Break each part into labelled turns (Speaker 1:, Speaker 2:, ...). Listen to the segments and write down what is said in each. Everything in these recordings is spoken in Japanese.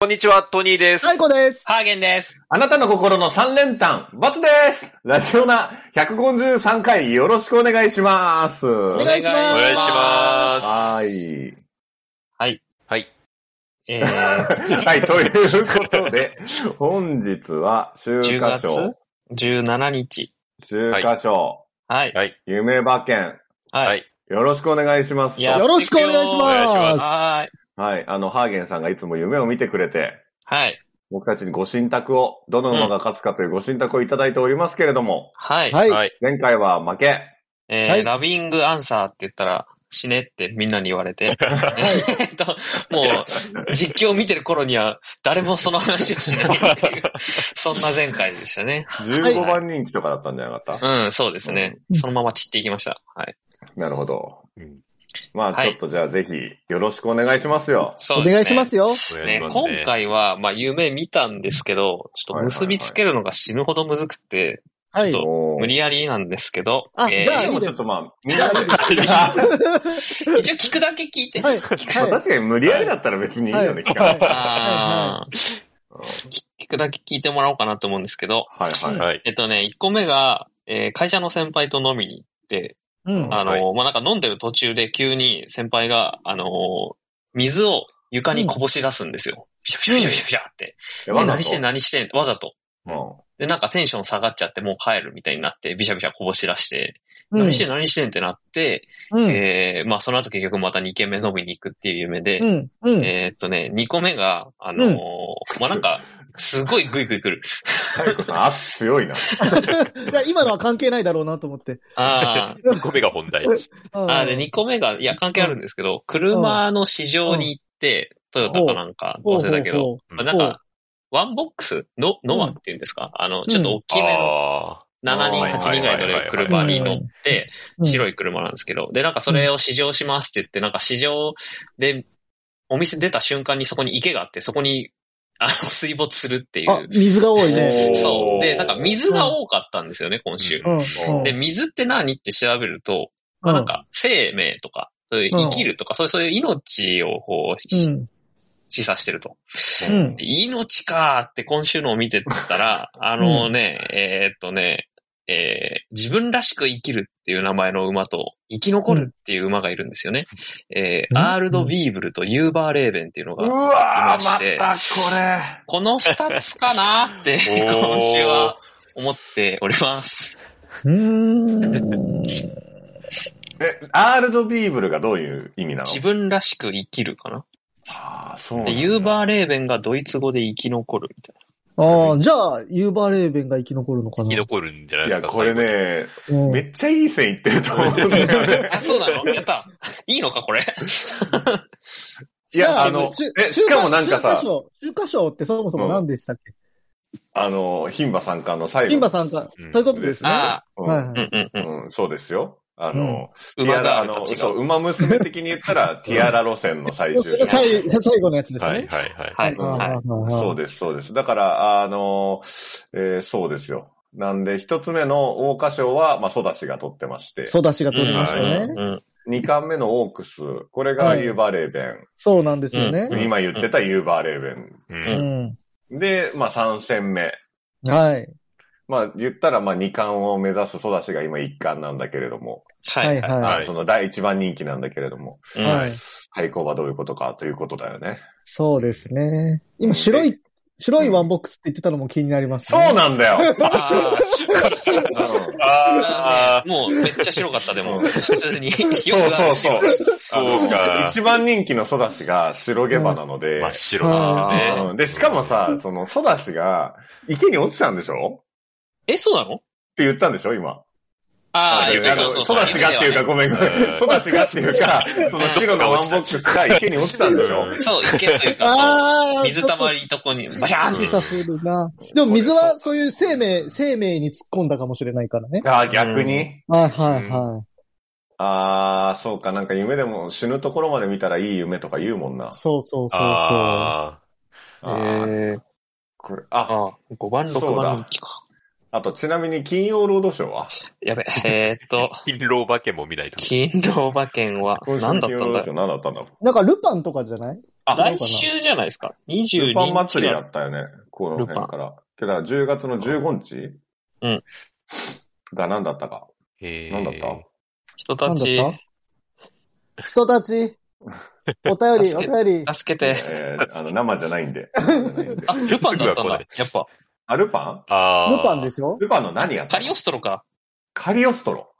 Speaker 1: こんにちは、トニーです。
Speaker 2: 最高です。
Speaker 3: ハーゲンです。
Speaker 4: あなたの心の三連単、バツですラジオナ153回よろしくお願いします。
Speaker 2: お
Speaker 4: お
Speaker 2: 願いします。
Speaker 1: お願いします。
Speaker 4: は。い。
Speaker 1: はい。
Speaker 3: えー、
Speaker 4: はい、ということで、本日は、秋
Speaker 3: 10
Speaker 4: 華
Speaker 3: 月
Speaker 4: 賞、
Speaker 3: 17日。
Speaker 4: 秋華賞、
Speaker 3: はい。
Speaker 1: はい。
Speaker 4: 夢馬券、
Speaker 3: はい。
Speaker 1: い。
Speaker 4: よろしくお願いします。
Speaker 3: いや
Speaker 2: よろしくお願いし
Speaker 1: お願いし
Speaker 2: ま
Speaker 3: はい。
Speaker 4: はい、あの、ハーゲンさんがいつも夢を見てくれて、
Speaker 3: はい。
Speaker 4: 僕たちにご神託を、どの馬が勝つかというご神託をいただいておりますけれども、
Speaker 3: は
Speaker 2: す。
Speaker 3: い。
Speaker 2: はい。
Speaker 1: はい。
Speaker 4: 前回は負け。
Speaker 3: えー
Speaker 2: はい
Speaker 3: ラビングアンサーって言ったら、死ねってみんなに言われて。えっと、もう、実況見てる頃には、誰もその話をしないっていう、そんな前回でしたね。
Speaker 4: 15番人気とかだったんじゃなかった、
Speaker 3: うん、そうですね。そのまま散っていきました。はい。
Speaker 4: なるほど。
Speaker 1: うん
Speaker 4: まあ、
Speaker 3: はい
Speaker 4: ちょっとじゃあぜひ、よろしくお願いしますよ。
Speaker 3: そ
Speaker 2: お
Speaker 3: うですね。
Speaker 2: 願いします
Speaker 1: お
Speaker 2: よ。
Speaker 1: 願い
Speaker 3: ね
Speaker 1: します
Speaker 3: 今回は、まあ、夢見たんですけど、ちょっと結びつけるのが死ぬほどむずくて、
Speaker 2: はい。
Speaker 3: ちょっ
Speaker 4: おー
Speaker 3: 無理やりなんですけど、
Speaker 2: あ
Speaker 3: えー
Speaker 2: じゃあ
Speaker 4: でもちょっとまあ、みんなで、
Speaker 3: 一応聞くだけ聞 いて。
Speaker 2: はい。
Speaker 4: まあ
Speaker 2: は
Speaker 4: 確かに無理やりだったら別にいいよね、聞かない
Speaker 2: い。
Speaker 3: あー
Speaker 4: うん
Speaker 3: 聞くだけ聞いてもらおうかなと思うんですけど、
Speaker 4: はいはい。
Speaker 1: はい。
Speaker 3: えっとね、1個目が、えー会社の先輩と飲みに行って、
Speaker 2: うん。
Speaker 3: あの
Speaker 1: は
Speaker 3: まあ、なんか飲んでる途中で急に先輩が、あのー水を床にこぼし出すんですよ。ピシャピシャピシャピシャピシャって。で
Speaker 4: えわざと
Speaker 3: 何してん何してんわざと。
Speaker 4: うん
Speaker 3: で、なんかテンション下がっちゃってもう帰るみたいになって、ビシャビシャこぼし出して、
Speaker 2: うん
Speaker 3: 何してん何してんってなって、
Speaker 2: うん。
Speaker 3: えーまあその後結局また2軒目飲みに行くっていう夢で、
Speaker 2: うん。うん。
Speaker 3: えーっとね、2個目が、あのー
Speaker 2: うん
Speaker 3: まあ、なんか、すごいグイグイ来る。
Speaker 4: 太鼓さん、圧強いな。
Speaker 2: いや、今のは関係ないだろうなと思って。
Speaker 3: あ
Speaker 1: 2個目が本題。
Speaker 3: あ、
Speaker 2: あ
Speaker 3: ああ、で、2個目が、いや、関係あるんですけど、車の市場に行って、トヨタかなんか、
Speaker 2: ほう
Speaker 3: 忘
Speaker 2: ほうほう
Speaker 3: れたけど、
Speaker 1: う
Speaker 3: まあなんか、ワンボックスの、ノアっていうんですかあの、ちょっと大きめの、
Speaker 1: あ
Speaker 3: 7人、
Speaker 1: あー
Speaker 3: 8人ぐらい乗れる車に乗って、
Speaker 2: うん
Speaker 3: 白い車なんですけど、で、なんかそれを試乗しますって言って、なんか試乗で、お店出た瞬間にそこに池があって、そこに、あの、水没するってい
Speaker 2: あ
Speaker 3: う、。
Speaker 2: 水が多いね。
Speaker 4: おー
Speaker 3: そう。で、なんか水が多かったんですよね、今週。
Speaker 1: う
Speaker 2: うん。
Speaker 4: お
Speaker 3: で、水って何って調べると、まあなんか、生命とか、そういう生きるとか、そういう、そういう命をこう、
Speaker 2: う
Speaker 3: し
Speaker 2: ん。
Speaker 3: 示唆してると。
Speaker 2: うん。
Speaker 3: 命かーって今週のを見てたら、あのね、えーっとね、えー自分らしく生きるっていう名前の馬と、生き残るっていう馬がいるんですよね。えー
Speaker 2: うん
Speaker 3: アールド・ビーブルとユーバー・レーベンっていうの
Speaker 4: う
Speaker 3: が、
Speaker 4: わ
Speaker 3: ま
Speaker 4: ー、ま
Speaker 3: して
Speaker 4: たこれ。
Speaker 3: この二つかなーって、
Speaker 1: おー
Speaker 3: 今週は思っております。
Speaker 2: うーん。
Speaker 4: え、アールドビーブルがどういう意味なの
Speaker 3: 自分らしく生きるかな
Speaker 4: ああ、そうなん
Speaker 3: で
Speaker 4: だ。
Speaker 3: ユーバーレーベンがドイツ語で生き残るみたい
Speaker 2: ああ、じゃあ、ユーバーレーベンが生き残るのか
Speaker 1: 生
Speaker 2: な
Speaker 1: き。残るんじゃない
Speaker 4: い
Speaker 1: です
Speaker 4: や、
Speaker 1: か。
Speaker 4: これね、
Speaker 2: うん
Speaker 4: めっちゃいい線いってると思うんだよ ね。
Speaker 3: な。あ、そうなのやった。いいのか、これ。
Speaker 4: いや
Speaker 2: じゃ
Speaker 4: あの
Speaker 2: 中
Speaker 4: えしかもなんかさ
Speaker 2: 中華賞、中華賞ってそもそも何でしたっけ
Speaker 4: あの、牝馬参加の最後。
Speaker 2: 金馬さんか
Speaker 1: うん。
Speaker 2: ということですね。は
Speaker 3: あ
Speaker 2: い
Speaker 4: うん
Speaker 2: は
Speaker 3: う
Speaker 2: い。
Speaker 3: んうんうん。
Speaker 4: うん、そうですよ。あの、ティ
Speaker 3: 馬
Speaker 4: アラ、あ
Speaker 3: が
Speaker 4: の、
Speaker 3: と違
Speaker 4: そう、
Speaker 3: う。
Speaker 4: 馬娘的に言ったら、ティアラ路線の最終。
Speaker 2: 最最後のやつです
Speaker 1: はい
Speaker 2: ね。
Speaker 1: はいはい。
Speaker 3: はい。
Speaker 2: ああ
Speaker 3: はい。
Speaker 4: そうです、そうです。だから、あの、えーそうですよ。なんで、一つ目の桜花賞は、まあ、ソダシが取ってまして、
Speaker 2: ソダシが取りました
Speaker 1: う
Speaker 2: ね。
Speaker 3: うん
Speaker 4: 二冠目のオークス、これ
Speaker 2: は
Speaker 4: が
Speaker 2: い
Speaker 4: ユーバーレーベ
Speaker 2: そうなんですよね
Speaker 4: ン。。今言ってたユーバーレーベ
Speaker 1: う
Speaker 2: うんん。
Speaker 4: ン。で、まあ、三戦目。
Speaker 2: はい。
Speaker 4: まあ、言ったら、まあ、二冠を目指すソダシが今一冠なんだけれども、
Speaker 3: は
Speaker 2: はい
Speaker 3: い。
Speaker 2: はい
Speaker 3: は
Speaker 4: あ
Speaker 1: はい
Speaker 4: その第一番人気なんだけれども、
Speaker 3: い。
Speaker 2: は
Speaker 3: う
Speaker 2: い
Speaker 3: ん。
Speaker 4: 対抗はどういうことかということだよね。
Speaker 2: そうですね。今、白い、白いワンボックスって言ってたのも気になります
Speaker 4: そ
Speaker 2: ね。
Speaker 4: うなんだよ
Speaker 3: あ
Speaker 4: うん
Speaker 3: あ
Speaker 1: ああ、
Speaker 3: もうめっちゃ白かった、でも。
Speaker 4: うん
Speaker 3: 普通に。よ
Speaker 4: そう
Speaker 3: くあ
Speaker 4: そう
Speaker 3: るし
Speaker 4: そう。
Speaker 1: そうか。
Speaker 4: 一番人気のソダシが白毛羽なので、
Speaker 1: 真っ白なんですよね。
Speaker 4: うんで、しかもさ、そのソダシが池に落ちたんでしょ
Speaker 3: え、そうなの
Speaker 4: って言ったんでしょ今。
Speaker 3: ああ、
Speaker 1: い
Speaker 3: え
Speaker 1: や
Speaker 3: っとそうそうそ
Speaker 4: ソ
Speaker 3: う。
Speaker 4: ダシがっていうか、
Speaker 3: 夢ではね
Speaker 4: ごめんごめ
Speaker 1: うん
Speaker 4: ん。ソダシがっていうか、その白のワンボックスが池に落ちたんでしょ
Speaker 1: うん
Speaker 3: そう、池というか、そう
Speaker 2: ああ
Speaker 3: 水たまりとこに、バシャーンっ
Speaker 2: ち
Speaker 3: て
Speaker 2: ょっと刺さるな。でも水はそういう生命、生命に突っ込んだかもしれないからね。
Speaker 4: あー、逆に
Speaker 2: はいはいは。。
Speaker 4: ああ、そうか、なんか夢でも死ぬところまで見たらいい夢とか言うもんない
Speaker 2: そうそうそうそう。
Speaker 1: あ
Speaker 4: あーこれあ、
Speaker 3: ああ、5番、6番人気か。
Speaker 4: あとちなみに金曜ロードショーは
Speaker 3: やべ、えーっと
Speaker 1: あ、、勤労馬券も見ないと。
Speaker 3: 勤労馬券は、
Speaker 4: 今週
Speaker 3: 何
Speaker 4: の
Speaker 3: だっ
Speaker 4: 金
Speaker 3: た
Speaker 4: 曜
Speaker 3: ん
Speaker 4: ロード
Speaker 3: だ
Speaker 4: ショー何だったんだろう
Speaker 2: なんかルパンとかじゃない
Speaker 3: あ、
Speaker 2: 違うかな
Speaker 3: 来週じゃないですか。22日は。
Speaker 4: ルパン祭りやったよね。この辺
Speaker 3: ルパン
Speaker 4: から。けど、10月の15日
Speaker 3: うん
Speaker 4: が何だったか。
Speaker 1: え
Speaker 4: 何だった
Speaker 3: 人
Speaker 2: な
Speaker 3: た
Speaker 2: んだ
Speaker 3: ち、
Speaker 2: った人たち、お便り、お
Speaker 3: 助け
Speaker 2: 便り。
Speaker 3: 助け て。
Speaker 4: えー、あの、生じゃないんで。生じゃ ないんで
Speaker 3: あ、ルパンだ
Speaker 1: すぐは
Speaker 3: ったん
Speaker 1: 来
Speaker 3: だ
Speaker 1: ない。
Speaker 3: やっぱ、
Speaker 4: あ、ルパ
Speaker 1: あー
Speaker 2: ルパンでしょ
Speaker 4: ンルパンの何やった
Speaker 3: カ
Speaker 4: の
Speaker 3: リオストロか。
Speaker 4: カリオストロ。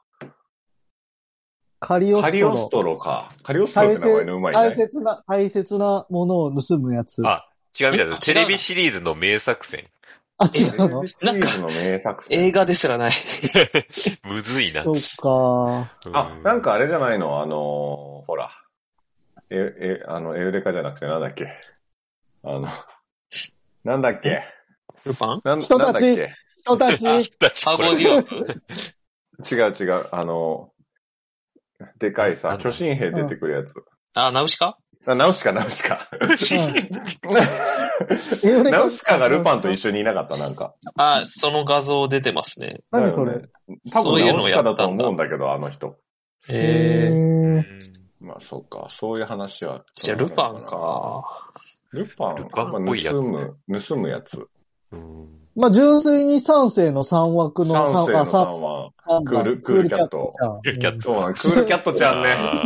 Speaker 2: カリオ
Speaker 4: カ
Speaker 2: ス
Speaker 4: リオス
Speaker 2: トロ。
Speaker 4: トロか。カリオストロって名前のうまい
Speaker 2: 大
Speaker 4: ね。
Speaker 2: 切な、大切なものを盗むやつ。あ、
Speaker 1: あ、違うみたい
Speaker 3: あ
Speaker 1: です。テレビシリーズの名作戦。
Speaker 2: 違うの
Speaker 4: シリーズの名作
Speaker 3: 映
Speaker 4: 戦。
Speaker 3: 画ですらない。
Speaker 1: むずいな。
Speaker 2: そっか。
Speaker 4: あ、なんかあれじゃないのあのーほら。え、え、あの、エウレカじゃなくてなんだっけあの、なんだっけ
Speaker 3: ルパン
Speaker 4: なん
Speaker 2: 人
Speaker 4: な
Speaker 2: た
Speaker 4: んだっ
Speaker 2: ち
Speaker 4: け
Speaker 2: 人たち、
Speaker 1: 人たち
Speaker 3: ア
Speaker 1: これ
Speaker 3: ゴディオンプ
Speaker 4: 違う違う、あの、でかいさ、巨神兵出てくるやつ。
Speaker 3: あ、ナウシカ
Speaker 4: あ、ナウシカ、ナウシカ。
Speaker 2: エウレカ
Speaker 4: ナウシカがルパンと一緒にいなかった、なんか。
Speaker 3: あ、その画像出てますね。
Speaker 2: 何それ
Speaker 4: だよね多
Speaker 3: そう
Speaker 4: 分
Speaker 3: いう
Speaker 4: ナウ
Speaker 3: のを
Speaker 4: シ
Speaker 3: や
Speaker 4: カ
Speaker 3: った
Speaker 4: だ
Speaker 3: んだ
Speaker 4: と思うんだけど、あの人。
Speaker 3: え。
Speaker 1: う
Speaker 2: え
Speaker 1: ん
Speaker 4: まあ、そうか。そういう話は。
Speaker 3: じゃあ、ルパン。か。
Speaker 4: ルパン、
Speaker 1: ルパン
Speaker 4: まあ
Speaker 1: っぽいやつ
Speaker 4: 盗む、盗むやつ。
Speaker 1: うん
Speaker 2: まあ、純粋に3世の3枠の
Speaker 4: 三世の
Speaker 2: あ
Speaker 4: さ
Speaker 2: 三
Speaker 4: んは、
Speaker 2: 三
Speaker 4: クールクールキャット
Speaker 1: クールキャット
Speaker 4: そうなん、クールキャットちゃ んね。
Speaker 1: あ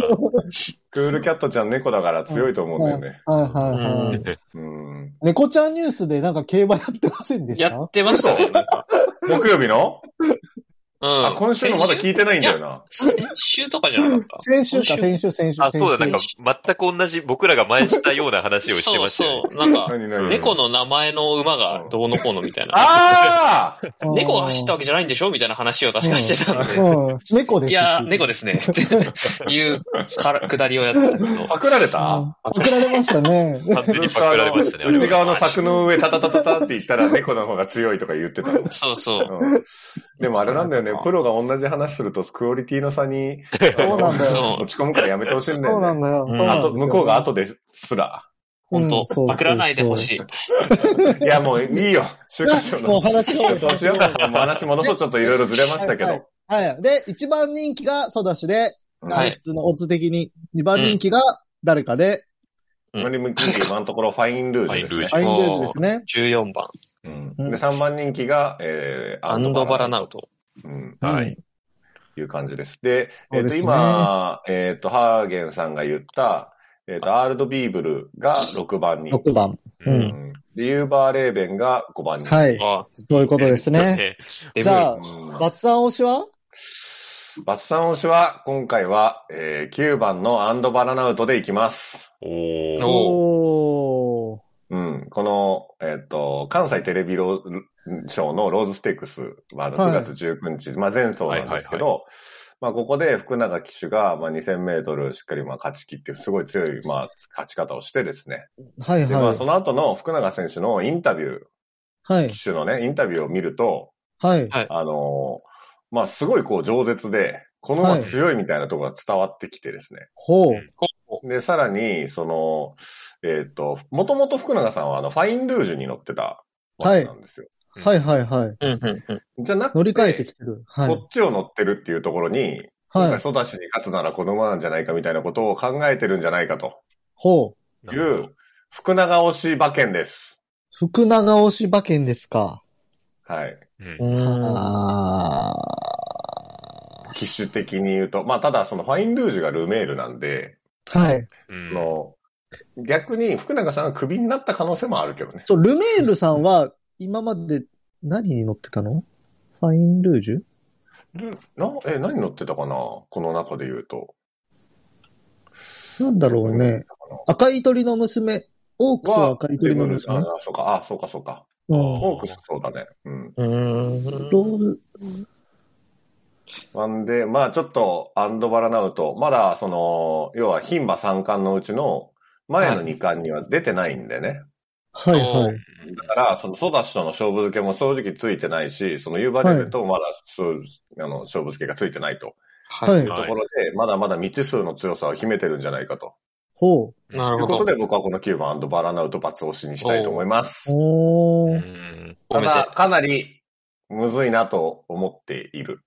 Speaker 4: クールキャットちゃん猫だから強いと思うんだよね。
Speaker 2: うんはいはいはい。
Speaker 4: うん。
Speaker 2: 猫ちゃんニュースでなんか競馬やってませんでし
Speaker 3: や
Speaker 2: た
Speaker 3: ってま したね。なんか
Speaker 4: 木曜日の
Speaker 3: うん。
Speaker 4: あ、今週のまだ聞いてないんだよな。
Speaker 3: 先週とかじゃなかった
Speaker 2: 先週か、先週、先週、
Speaker 1: あ、
Speaker 2: 先週。
Speaker 1: そうだ、なんか、全く同じ、僕らが前したような話をして
Speaker 3: そ
Speaker 1: ま
Speaker 3: う
Speaker 1: したよね。
Speaker 3: そう。なんか、
Speaker 4: 何何
Speaker 3: 猫の名前の馬がどうのこうのみたいな。
Speaker 4: ああ
Speaker 2: うん
Speaker 3: 猫が走ったわけじゃないんでしょみたいな話を確かしてたんで。
Speaker 2: うん。猫です。
Speaker 3: いやー、猫で すね。っていうから、くだりをやってたけど。
Speaker 4: パクられた
Speaker 2: あ送られましたね。
Speaker 1: 完全にパクられましたね。あれは
Speaker 4: 内側の柵の上、タタタタタって言ったら猫の方が強いとか言ってたの。
Speaker 3: そうそう。
Speaker 4: うんでもあれなんだよね、プロが同じ話するとクオリティの差に、
Speaker 2: そうなんだよ。
Speaker 3: そう
Speaker 4: 落ち込むからやめてほしいんだ
Speaker 2: そうな
Speaker 4: よ
Speaker 2: ん
Speaker 4: ね。
Speaker 2: だよ。
Speaker 3: うん
Speaker 2: そうなん
Speaker 4: あ
Speaker 2: です
Speaker 4: と、
Speaker 2: よ
Speaker 4: 向こうが後ですら。
Speaker 3: 本
Speaker 2: うんそうそ
Speaker 3: 当
Speaker 2: う
Speaker 3: パクらないでほしい。
Speaker 4: いや、もういいよ。週刊誌
Speaker 2: もう
Speaker 4: の。
Speaker 2: 話が
Speaker 4: そうしよう。もう話戻そう。ちょっといろいろずれましたけど。
Speaker 2: はい。で、一番人気がソダシで、
Speaker 4: は
Speaker 3: はい
Speaker 4: い。
Speaker 2: 普通のオッズ的に。二番人気が誰かで、
Speaker 4: マリムキング今のところファインルージュですね
Speaker 1: フ
Speaker 2: アインルージュですね。
Speaker 3: 14番。
Speaker 4: うん
Speaker 2: うん
Speaker 4: で、3番人気が、えー、
Speaker 3: アンドバラナウ
Speaker 4: ト。
Speaker 3: ト。
Speaker 4: うん、
Speaker 1: は
Speaker 2: うん
Speaker 1: い。。
Speaker 4: いう感じです。で、
Speaker 2: そ
Speaker 4: えっ、
Speaker 2: うで
Speaker 4: と、
Speaker 2: すね
Speaker 4: 今、えっ、と、ハーゲンさんが言った、えっ、と、アールド・ビーブルが6番人気。
Speaker 2: 6番。
Speaker 1: う。
Speaker 4: うんん。で、ユーバー・レーベンが5番人気。
Speaker 2: はい。
Speaker 3: あ
Speaker 2: そういうことですね。
Speaker 3: デ
Speaker 2: じ
Speaker 3: ブ
Speaker 2: ゃあ、
Speaker 4: うん
Speaker 2: バツさん推しは
Speaker 4: バツさん推しは、今回は、えー、9番のアンド・バラナウトでいきます。
Speaker 1: おー。
Speaker 2: おー。
Speaker 4: うん。この、えっ、と、関西テレビロ賞のローズステークスは
Speaker 2: はい
Speaker 4: 6月19日、まあ前走なんですけど、まあここで福永騎手が、まあ2000メートルしっかりまあ勝ち切って、すごい強い、まあ勝ち方をしてですね。
Speaker 2: はい
Speaker 4: で、まあ
Speaker 2: は
Speaker 4: その後の福永選手のインタビュー、
Speaker 2: い。はい。
Speaker 4: 騎手のね、インタビューを見ると、
Speaker 2: はい。
Speaker 4: あのーまあすごいこう饒舌で、この馬強いみたいなところが伝わってきてですね。
Speaker 2: ほう。
Speaker 4: で、さらに、その、えっ、と、もともと福永さんはあの、ファインルージュに乗ってたわけなんですよ。
Speaker 2: はいはいはい。
Speaker 3: うんうんうん。
Speaker 4: じゃなくて、
Speaker 2: 乗り換えてきてる。は
Speaker 4: こ
Speaker 2: い。
Speaker 4: っちを乗ってるっていうところに、今
Speaker 2: は
Speaker 4: 回
Speaker 2: い。
Speaker 4: ソダシに勝つならこの馬なんじゃないかみたいなことを考えてるんじゃないかと
Speaker 2: ほう。
Speaker 1: ないるほど
Speaker 4: う、福永推し馬券です。
Speaker 2: 福永推し馬券ですか。
Speaker 4: はい。
Speaker 1: うん
Speaker 2: あ
Speaker 4: 機種的に言うと。まあ、ただそのファインルージュがルメールなんで、
Speaker 2: ーはい。
Speaker 1: うん
Speaker 4: あの逆に福永さんがクビになった可能性もあるけどね。
Speaker 2: そう、ルメールさんは、今まで何に乗ってたのファインルージュ
Speaker 4: ルなえ、何乗ってたかなこの中で言うと。
Speaker 2: なんだろうね。赤い鳥の娘。オークスは赤い鳥の
Speaker 4: あ
Speaker 2: 娘。
Speaker 4: そうか、あ、そうか、そうか。
Speaker 2: うん。
Speaker 1: あ
Speaker 4: オークスそうだね。うん。
Speaker 2: ロール、
Speaker 4: なんで、まあちょっと、アンドバラナウト、まだその、要は牝馬3冠のうちの前の2冠には出てないんでね。
Speaker 2: はいはい。
Speaker 4: だから、そのソダシとの勝負付けも正直ついてないし、そのユーバレーベともまだ、そうあの勝負付けがついてないと
Speaker 2: はい
Speaker 4: いうところで、まだまだ未知数の強さを秘めてるんじゃないかと。
Speaker 2: ほう。
Speaker 3: な
Speaker 4: と
Speaker 3: る
Speaker 4: い
Speaker 3: ほ
Speaker 4: うこ
Speaker 3: ど。
Speaker 4: とで、僕はこの9番アンドバラナウト罰推しにしたいと思います。
Speaker 2: お
Speaker 1: う
Speaker 2: ー。
Speaker 1: ん
Speaker 3: お
Speaker 4: た
Speaker 3: めでと
Speaker 4: だ、かなり、むずいなと思っている。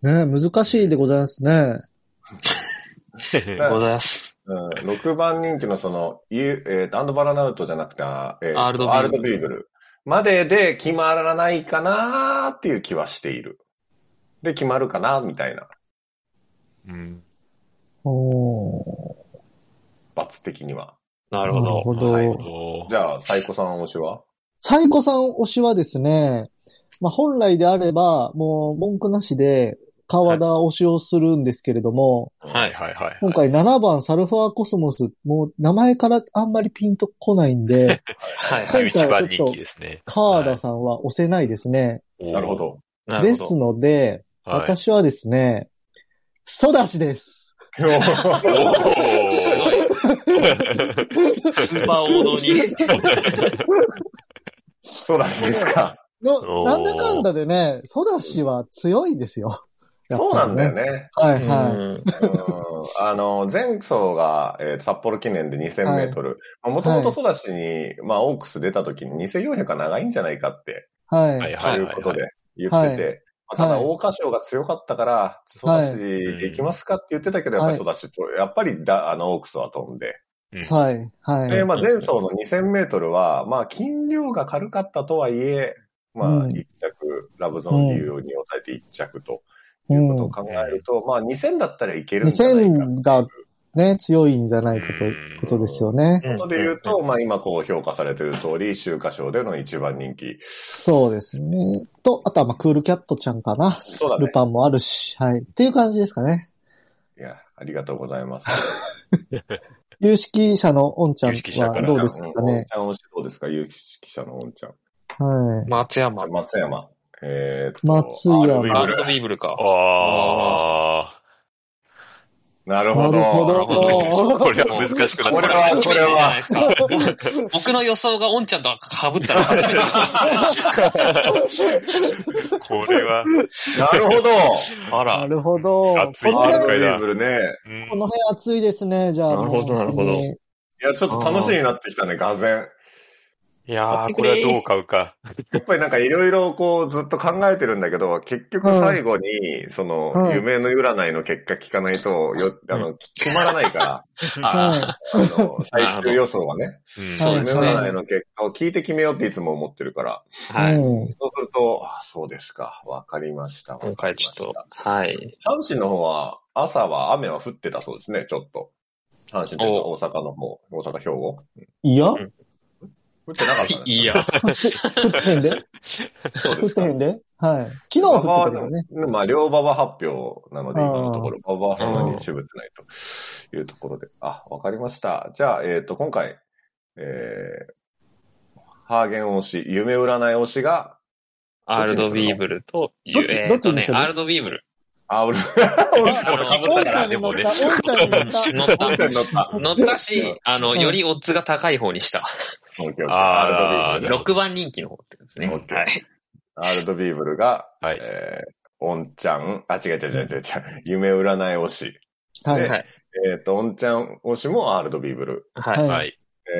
Speaker 2: ね難しいでございますね。
Speaker 3: うございます。
Speaker 4: うん、6番人気のその、ゆえーと、アンドバラナウトじゃなくて、あえー
Speaker 3: アールドビーグル
Speaker 4: アールドビーグルまでで決まらないかなーっていう気はしている。で、決まるかなみたいな、
Speaker 1: うん。
Speaker 2: おー
Speaker 4: 罰的には。
Speaker 3: な
Speaker 2: な
Speaker 3: るほど。
Speaker 4: はい
Speaker 1: おー
Speaker 4: じゃあ、サイコさん推しは
Speaker 2: サイコさん推しはですね、まあ、本来であれば、もう文句なしで、川田推しをするんですけれども、
Speaker 3: はい
Speaker 1: はいはい。
Speaker 2: 今回7番サルファーコスモス、もう名前からあんまりピンとこないん で、
Speaker 3: はいは
Speaker 1: はい、
Speaker 3: い。
Speaker 2: 今
Speaker 1: 一
Speaker 2: 回は
Speaker 1: 番
Speaker 2: ちょっと
Speaker 1: 人気ですね。
Speaker 2: 川田さんは押せないですね。
Speaker 1: な
Speaker 4: なるほ。ど。
Speaker 3: なる
Speaker 2: で
Speaker 3: ほ
Speaker 2: す
Speaker 3: ど。
Speaker 2: ので、
Speaker 1: はい
Speaker 2: 私はですね、ソダシです。
Speaker 1: お ー
Speaker 3: すごい。スーパー王道に。
Speaker 4: そうなんですか。
Speaker 2: の
Speaker 1: おー
Speaker 2: なんだかんだでね、ソダシは強いですよ。やっ
Speaker 4: そうな
Speaker 2: ぱり
Speaker 4: んだよ。ね。
Speaker 2: はいはい。
Speaker 3: うん
Speaker 4: うんあの、前走が、えー札幌記念で2000メートル。もともとソダシに、まあ、オークス出た時に2400が長いんじゃないかって、
Speaker 2: はい。
Speaker 1: はい
Speaker 4: と
Speaker 1: はいいうは
Speaker 4: こと
Speaker 1: い。
Speaker 4: で言ってて。まあただ、
Speaker 2: はい
Speaker 4: 桜花賞が強かったから、ソダシで行きますかって言ってたけど、やっぱ
Speaker 2: はい
Speaker 4: りソダシと、やっぱりだ、あの、オークスは飛んで。
Speaker 2: はい。はい。
Speaker 4: で、まあ、前走の2000メートルは、まあ、筋量が軽かったとはいえ、ま
Speaker 2: う
Speaker 4: あ、
Speaker 2: ん
Speaker 4: 一着、ラブゾーン理由に抑えて一着ということを考えると、まあ、2000だったらいけるんじゃないかっていう。
Speaker 2: 2000がね、強いんじゃないこと
Speaker 1: うん、
Speaker 2: ことですよね。
Speaker 4: ことで言うと、まあ今こう評価されてる通り、秋華賞での一番人気。
Speaker 2: そうですね。と、あとはまあクールキャットちゃんかな。
Speaker 4: そうだね
Speaker 2: ルパンもあるし、はい。っていう感じですかね。
Speaker 4: いや、ありがとうございます。
Speaker 2: 有識者のオンちゃん
Speaker 1: 有識者か
Speaker 2: は
Speaker 1: ら
Speaker 2: どうです
Speaker 4: ん
Speaker 2: か
Speaker 4: おん
Speaker 2: ね
Speaker 4: ち。ゃん推しどうですか有識者のおんちゃん。
Speaker 2: は
Speaker 3: 松山。
Speaker 4: 松山。えー、
Speaker 2: 松山
Speaker 3: アー
Speaker 4: な
Speaker 3: ル
Speaker 4: る
Speaker 3: ドビーブルか。
Speaker 1: あ
Speaker 4: なる
Speaker 2: い。
Speaker 4: ほ
Speaker 2: な
Speaker 4: ど。
Speaker 2: るほ
Speaker 3: なるほ
Speaker 2: ど
Speaker 1: あ。。これは難しくなって
Speaker 4: これ
Speaker 1: きた。
Speaker 4: はこれは
Speaker 3: 初めてじゃないですか。 僕の予想がオンちゃんと被ったら初 めてかもしれない
Speaker 1: これは、
Speaker 4: な るほど。
Speaker 2: な
Speaker 3: あら。
Speaker 2: るほど。
Speaker 1: 熱
Speaker 2: こ
Speaker 1: い
Speaker 2: の
Speaker 4: アール
Speaker 1: こ
Speaker 4: ド
Speaker 1: れ
Speaker 2: 辺、
Speaker 4: ビ
Speaker 1: だ
Speaker 4: ーブルね。
Speaker 1: うん
Speaker 2: この辺熱いですね、じゃあ。
Speaker 3: なるほどなるほど
Speaker 2: 本
Speaker 4: いや、ちょっと楽しみになってきたね、がぜん。
Speaker 1: いやー、これはどう買うか。
Speaker 4: やっぱりなんかいろいろこうずっと考えてるんだけど、結局最後に、その
Speaker 2: は、い
Speaker 4: 夢の占いの結果聞かないと、よ、あの、決まらない から、
Speaker 2: 当に。
Speaker 3: あ
Speaker 2: は。
Speaker 4: あの、最終予想はね。
Speaker 1: うん
Speaker 3: そうですね
Speaker 4: 夢占いの結果を聞いて決めようっていつも思ってるから。
Speaker 3: あ。はいい。
Speaker 2: うん
Speaker 4: そうすると、あそうですか。わかりました。
Speaker 3: 今回ちょっと
Speaker 4: わか。
Speaker 3: はい。
Speaker 4: りました。阪神の方は、朝は雨は降ってたそうですね、ちょっと。阪神というか大阪の方、大阪、兵庫。
Speaker 2: いや
Speaker 3: うん
Speaker 4: 降ってなかったね。
Speaker 3: いいや。
Speaker 2: 降ってへんで
Speaker 4: そう
Speaker 2: 降
Speaker 4: で
Speaker 2: っ
Speaker 4: す
Speaker 2: て
Speaker 4: か
Speaker 2: へ。んではい。昨日降ってたけどね。
Speaker 4: まあ、両馬場発表なので、
Speaker 2: あー
Speaker 4: 今のところ、馬場はそんなに渋ってないというところで。あ、わかりました。じゃあ、えっ、と、今回、えー、ハーゲン推し、夢占い推しが、
Speaker 3: アールドビーブルと、
Speaker 2: どっち
Speaker 3: え
Speaker 2: ど
Speaker 3: ー
Speaker 2: っち
Speaker 3: と
Speaker 2: に
Speaker 3: ね
Speaker 2: す、る
Speaker 3: アールドビーブル。
Speaker 4: あ、俺、
Speaker 1: あの、被ったから、でもね。
Speaker 2: オンちゃんに乗った、オンちゃんに乗
Speaker 3: 乗
Speaker 2: っ。
Speaker 3: ったた。
Speaker 4: 乗った。
Speaker 3: 乗ったし、あの、
Speaker 2: うん
Speaker 3: よりオッズが高い方にした。
Speaker 1: あー
Speaker 4: アルドビーブル。
Speaker 3: 6番人気の方ってことですね。
Speaker 4: オッケー
Speaker 3: はい。
Speaker 4: アルドビーブルが、
Speaker 1: はい。
Speaker 4: えー、オンちゃん、あ、違う違う違う違う違う、夢占い推し。
Speaker 2: は
Speaker 4: で
Speaker 2: い。
Speaker 3: はい
Speaker 4: えっ、と、オンちゃん推しもアルドビーブル。
Speaker 3: は
Speaker 2: は。
Speaker 3: い。
Speaker 1: はいい。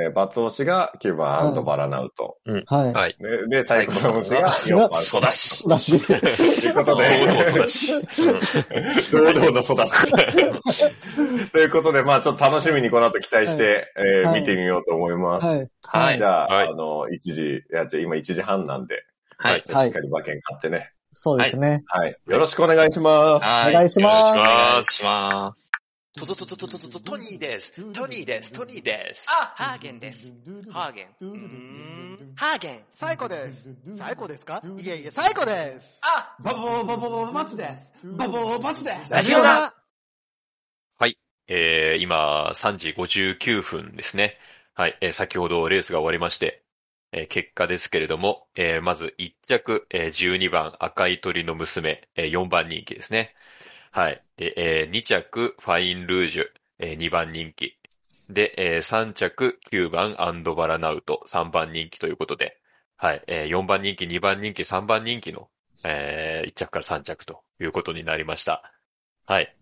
Speaker 4: えー、バツ推しが9番アンドバラナウト。
Speaker 2: はい。
Speaker 1: はい。
Speaker 4: でで、サイコさん推しが4番。
Speaker 3: そうだし。
Speaker 2: だし。
Speaker 4: というこ
Speaker 1: 堂
Speaker 4: と
Speaker 1: 々
Speaker 4: で、
Speaker 1: そうだし。
Speaker 4: 堂々の育ち。 ということで、まあちょっと楽しみにこの後期待して、えー
Speaker 2: はい
Speaker 4: 見てみようと思います。
Speaker 2: はい。
Speaker 3: はい
Speaker 4: じ。ゃあ、
Speaker 1: はい
Speaker 4: あの、1時、いや、じゃあ今1時半なんで、
Speaker 3: はい。
Speaker 4: しっかり馬券買ってね。
Speaker 2: そうですね。
Speaker 4: はい。よろしくお願いします。
Speaker 2: お
Speaker 3: は
Speaker 2: 願いします。
Speaker 3: お願いします。
Speaker 5: トトトトトトトトトニーです。トニーです。トニーです。あ、ハーゲンです。ハーゲン。うーんハーゲン。
Speaker 6: 最高です。最高ですかいえいえ、最高です。あバボーバボーバツです。バボーバツです。
Speaker 5: ラジオだ
Speaker 1: えー、今、3時59分ですね。はい。えー、先ほどレースが終わりまして、えー、結果ですけれども、えー、まず1着、えー、12番赤い鳥の娘、えー、4番人気ですね。はい。で、えー、2着、ファインルージュ、えー、2番人気。で、えー、3着、9番アンドバラナウト、3番人気ということで、はい。えー、4番人気、2番人気、3番人気の、えー、1着から3着ということになりました。はい。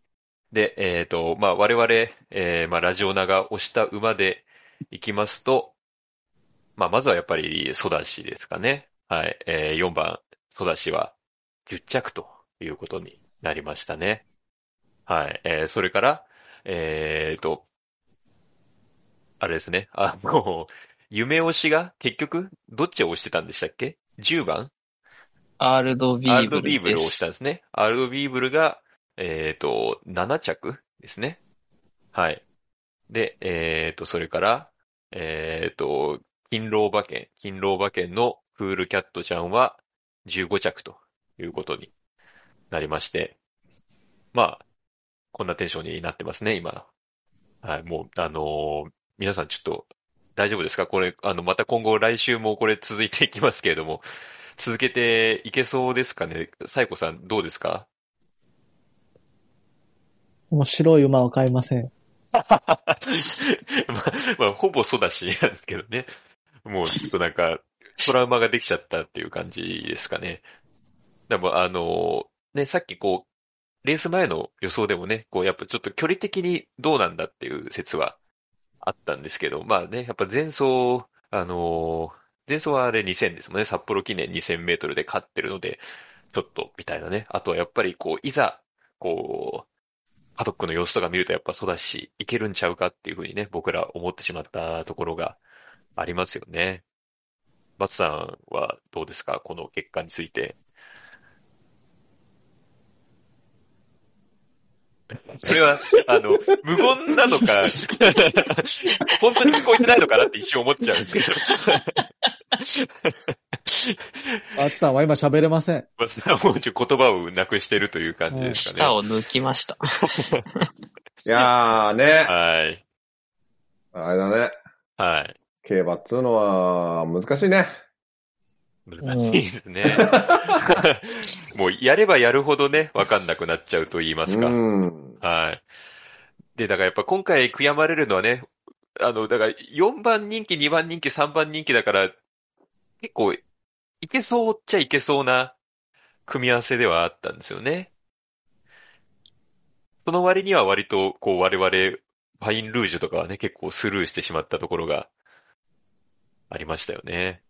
Speaker 1: で、えっ、と、まあ、我々、えーまあ、ラジオナが押した馬で行きますと、まあ、まずはやっぱりソダシですかね。はい。えー4番、ソダシは10着ということになりましたね。はい。えーそれから、えっ、と、あれですね。あの、夢推しが結局、どっちを推してたんでしたっけ ?10 番
Speaker 3: アールドビ
Speaker 1: アル
Speaker 3: ー
Speaker 1: ド
Speaker 3: ブ
Speaker 1: ビー
Speaker 3: ル
Speaker 1: ブル
Speaker 3: で
Speaker 1: を推した
Speaker 3: す
Speaker 1: ん。ですね。アルドビーブルが、えっ、と、7着ですね。はい。で、えっ、と、それから、えっ、と、勤労馬券、勤労馬券のクールキャットちゃんは15着ということになりまして、まあ、こんなテンションになってますね、今。はい、もう、あのー皆さんちょっと、大丈夫ですかこれ、あの、また今後来週もこれ続いていきますけれども、続けていけそうですかねサイコさん、どうですか
Speaker 2: もう白い馬は買いません。
Speaker 1: まあ、まあ、ほぼソダシなんですけどね。もうちょっとなんか、トラウマができちゃったっていう感じですかね。でもあの、ね、さっきこう、レース前の予想でもね、こうやっぱちょっと距離的にどうなんだっていう説はあったんですけど、まあね、やっぱ前走、あの、前走はあれ2000ですもんね、札幌記念2000メートルで勝ってるので、ちょっとみたいなね。あとはやっぱりこう、いざ、こう、パドックの様子とか見るとやっぱそうだし、いけるんちゃうかっていうふうにね、僕ら思ってしまったところがありますよね。松さんはどうですかこの結果について。それは、あの、無言なのか、本当に聞こえてないのかなって一瞬思っちゃうんですけど。
Speaker 2: あつさんは今喋れません。
Speaker 1: 松さんはもうちょっと言葉をなくしてるという感じですか
Speaker 3: 舌
Speaker 1: ね。
Speaker 3: を抜きました。
Speaker 4: いやーね、
Speaker 1: はい。
Speaker 4: あれだね。
Speaker 1: はい。
Speaker 4: 競馬っつうのは難しいね。
Speaker 1: 難しいですね。もうやればやるほどね、わかんなくなっちゃうと言います
Speaker 4: う
Speaker 1: か。
Speaker 4: ん。
Speaker 1: はい。で、だからやっぱ今回悔やまれるのはね、あの、だから4番人気、2番人気、3番人気だから、結構、いけそうっちゃいけそうな組み合わせではあったんですよね。その割には割と、こう我々、ファインルージュとかはね、結構スルーしてしまったところがありましたよね。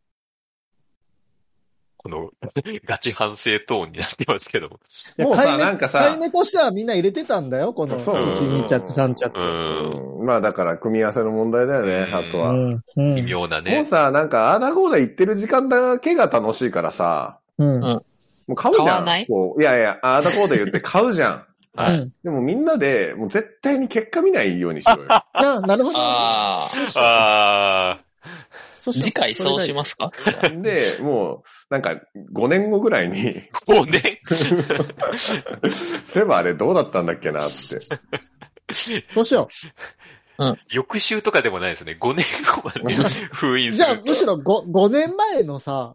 Speaker 1: この、 ガチ反省トーンになってますけども。
Speaker 2: いや
Speaker 4: もうさ
Speaker 2: 買い目
Speaker 4: なんかさ
Speaker 2: 買い目としてはみんな入れてたんだよ、この
Speaker 4: そう
Speaker 2: 1、2着、3着。
Speaker 1: うん。
Speaker 4: うんまあだから組み合わせの問題だよね、
Speaker 1: うん
Speaker 4: あと
Speaker 2: う
Speaker 4: は。
Speaker 2: ん。う
Speaker 1: 微
Speaker 2: ん。
Speaker 1: 妙なね。
Speaker 4: もうさ、なんか、あーだこうだ言ってる時間だけが楽しいからさ、
Speaker 2: うん。うん
Speaker 4: もう買うじゃん。
Speaker 3: 買わない
Speaker 4: こういやいや、あーだこうだ言って買うじゃん。
Speaker 1: はい。
Speaker 4: でもみんなで、もう絶対に結果見ないようにしろよ。
Speaker 2: あ、なるほど。
Speaker 3: ああ。
Speaker 1: あ
Speaker 2: そし
Speaker 3: 次回そうしますか
Speaker 4: で、もう、なんか、5年後ぐらい に、
Speaker 1: あ、もうね。
Speaker 4: そういえばあれどうだったんだっけな、って。
Speaker 2: そうしよ
Speaker 1: 翌週とかでもないですね。5年後まで封
Speaker 2: う。
Speaker 1: 印す
Speaker 2: じゃあ、
Speaker 1: る。
Speaker 2: むしろ 5, 5年前のさ、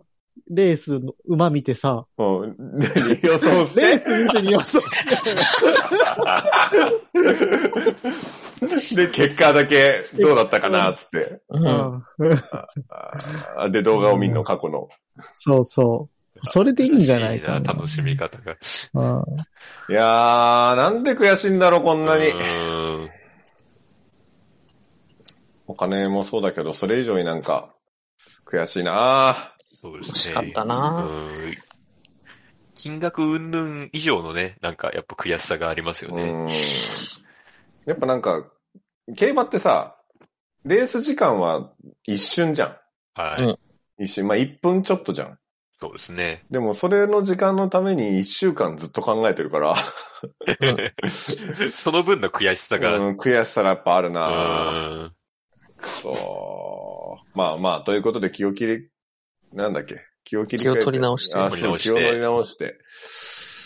Speaker 2: レースの馬見てさ、
Speaker 4: うん何予想し
Speaker 2: レー
Speaker 4: て。
Speaker 2: ス見ずに予想。
Speaker 4: で、結果だけどうだったかな、つって。
Speaker 2: う
Speaker 3: うん。
Speaker 2: ん。
Speaker 4: あーで、動画を見んの、過去の。
Speaker 2: そうそう。それでいいんじゃないかな。
Speaker 1: 楽しみ方が。
Speaker 2: うん
Speaker 4: いやー、なんで悔しいんだろう、こんなに
Speaker 1: う。ーん
Speaker 4: お金もそうだけど、それ以上になんか、悔しいな
Speaker 1: そうですね。
Speaker 3: 惜しかったな
Speaker 1: うーん金額云々以上のね、なんかやっぱ悔しさがありますよ
Speaker 4: う
Speaker 1: ね。
Speaker 4: ん。やっぱなんか、競馬ってさ、レース時間は一瞬じゃ
Speaker 1: はい、
Speaker 3: うん
Speaker 4: ん。一瞬。まあ、1分ちょっとじゃん。
Speaker 1: そうですね。
Speaker 4: でも、それの時間のために1週間ずっと考えてるから、
Speaker 1: その分の悔しさが。
Speaker 4: うん、悔しさがやっぱあるな
Speaker 1: うーん
Speaker 4: くそーまあまあ、ということで気を切り、なんだっけ気を切り替え
Speaker 3: 気を取り直して
Speaker 4: あそう気を取り直して。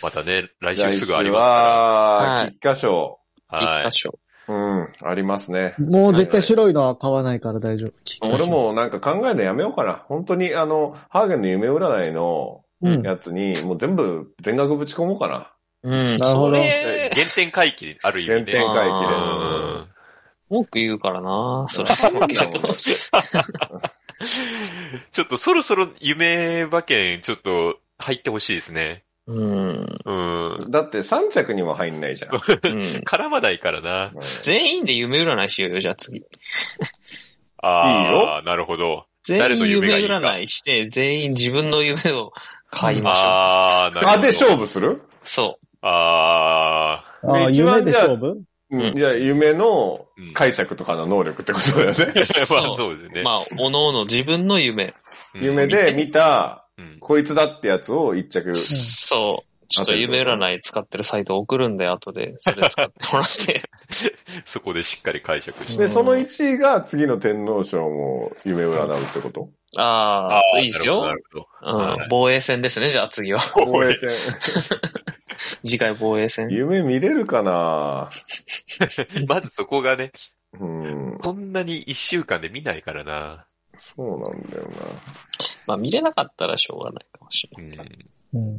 Speaker 1: またね、来
Speaker 4: 来
Speaker 1: 週す
Speaker 4: 週
Speaker 1: ぐありま
Speaker 4: は
Speaker 3: は、い
Speaker 4: 菊花賞。
Speaker 1: すから。はい
Speaker 3: 一箇。所。
Speaker 4: うん、ありますね。
Speaker 2: もう絶対白いのは買わないから大丈夫。
Speaker 4: 俺。もなんか考えるのやめようかな。本当にあの、ハーゲンの夢占いの
Speaker 2: うん。
Speaker 4: やつに、もう全部全額ぶち込もうかな。
Speaker 3: うん。
Speaker 2: なるほど
Speaker 3: それ、
Speaker 1: 原点回帰、ある意味で。
Speaker 4: 原点
Speaker 3: 回帰で
Speaker 1: うん
Speaker 3: 文句言うからなそれ。
Speaker 1: ちょっとそろそろ夢馬券ちょっと入ってほしいですね。
Speaker 3: うん。
Speaker 1: うん。
Speaker 4: だって3着にも入んないじゃん。
Speaker 3: うん
Speaker 1: 絡まないからな。
Speaker 3: 全員で夢占いしようよ、じゃあ次。
Speaker 1: ああ、なるほど。誰
Speaker 3: 全
Speaker 1: の
Speaker 3: 員
Speaker 1: 夢がい
Speaker 3: 夢
Speaker 1: いか
Speaker 3: 占いして、全員自分の夢を買いましょう。
Speaker 1: ああ、なるほど。
Speaker 4: あ、で勝負する
Speaker 3: そ
Speaker 1: ああ、
Speaker 2: ああ、
Speaker 4: で一番
Speaker 2: 夢で勝負
Speaker 4: うんいや、夢の解釈とかの能力ってことだよね。
Speaker 1: ま
Speaker 3: そ
Speaker 1: あ
Speaker 3: う
Speaker 1: そうですね。
Speaker 3: まあ、おのおの自分の夢。
Speaker 1: うん
Speaker 4: 夢で見た、
Speaker 1: うん
Speaker 4: こいつだってやつを一着。
Speaker 3: そう。ちょっと夢占い使ってるサイト送るんで、後で、それ使ってもら って。
Speaker 1: そこでしっかり解釈して。
Speaker 4: で、その1位が次の天皇賞も夢占うってこと
Speaker 3: ああ、いいです
Speaker 1: な
Speaker 3: よ。
Speaker 1: るほど
Speaker 3: う
Speaker 1: は
Speaker 3: ん。防衛戦ですね、じゃあ次は。
Speaker 4: 防衛戦。
Speaker 3: 次回防衛戦。
Speaker 4: 夢見れるかな
Speaker 1: なるほどまずそこがね、
Speaker 4: うん。
Speaker 1: こんなに一週間で見ないからな。
Speaker 4: そうなんだよな。
Speaker 3: まあ、見れなかったらしょうがないかもしれ
Speaker 1: う
Speaker 3: ない
Speaker 1: ん
Speaker 3: けど。
Speaker 2: うん。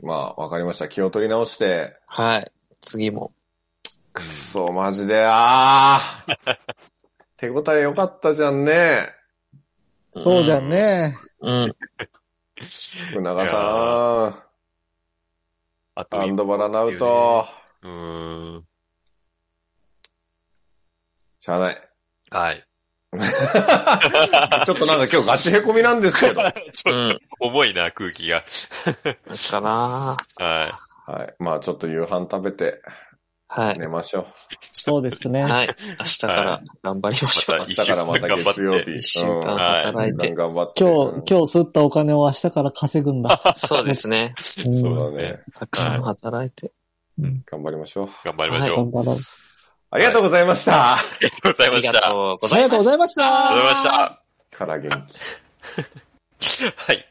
Speaker 4: まあ、わかりました。気を取り直して。
Speaker 3: はい。次も。
Speaker 4: くっそ、マジで、あー。手応え良かったじゃんね。
Speaker 2: そうじゃんね。
Speaker 3: うん。
Speaker 4: 福永さ
Speaker 1: あ
Speaker 4: ん。
Speaker 1: と
Speaker 4: アンドバラナウト。
Speaker 1: うーん。
Speaker 4: しゃあない。
Speaker 1: はい。
Speaker 4: ちょっとなんか今日ガチ凹みなんです けど。は
Speaker 1: ち
Speaker 3: う
Speaker 1: ょっ
Speaker 3: ん。
Speaker 1: と重いな、空気が。
Speaker 3: かな
Speaker 1: はい。
Speaker 4: い。まあちょっと夕飯食べて
Speaker 3: はい。
Speaker 4: 寝 ましょう。
Speaker 2: そうですね。
Speaker 3: はい。明日から頑張りましょう
Speaker 1: は
Speaker 4: 明
Speaker 1: い。
Speaker 4: 日からまた月曜日。
Speaker 3: 一週
Speaker 4: うん
Speaker 3: 間働い
Speaker 4: 一週
Speaker 3: て。
Speaker 4: 間頑張って。
Speaker 2: 今日、
Speaker 4: 日、
Speaker 2: 今日吸ったお金を明日から稼ぐんだ。
Speaker 3: そうですね。
Speaker 2: うん
Speaker 4: そうだね。
Speaker 3: たくさん働いて。
Speaker 4: 頑張りましょう。
Speaker 1: 頑張りましょう。
Speaker 2: 頑張ろう
Speaker 4: ありがとうございました。
Speaker 1: ありがとうござい
Speaker 3: あ
Speaker 1: ま
Speaker 3: り
Speaker 1: し
Speaker 3: が
Speaker 1: た。あり
Speaker 3: とうご
Speaker 2: あ
Speaker 3: ざ
Speaker 2: り
Speaker 3: い
Speaker 2: がとうご
Speaker 3: ます
Speaker 2: ざ。いました。
Speaker 1: がとうございました。
Speaker 4: から元気。
Speaker 1: はい。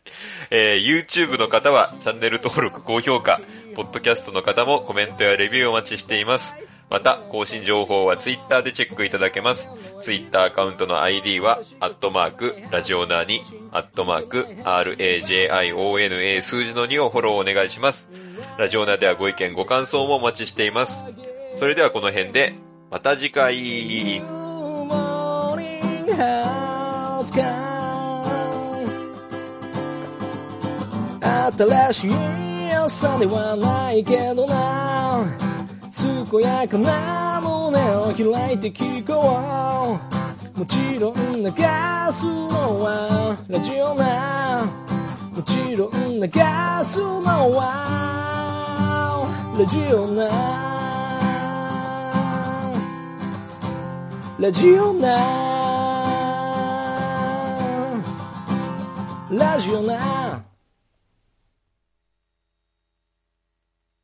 Speaker 1: えー YouTube の方はチャンネル登録、高評価、ポッドキャストの方もコメントやレビューをお待ちしています。また、更新情報は Twitter でチェックいただけます。Twitter アカウントの ID は、アットマーク、ラジオナーに、アットマーク、RAJIONA 数字の2をフォローお願いします。ラジオナーではご意見、ご感想もお待ちしています。それではこの辺で、また次回。
Speaker 7: morning house Call 新しい朝ではないけどな健やかな胸を開いて聞こうもちろん流すのはラジオなもちろん流すのはラジオなラジオなラジオな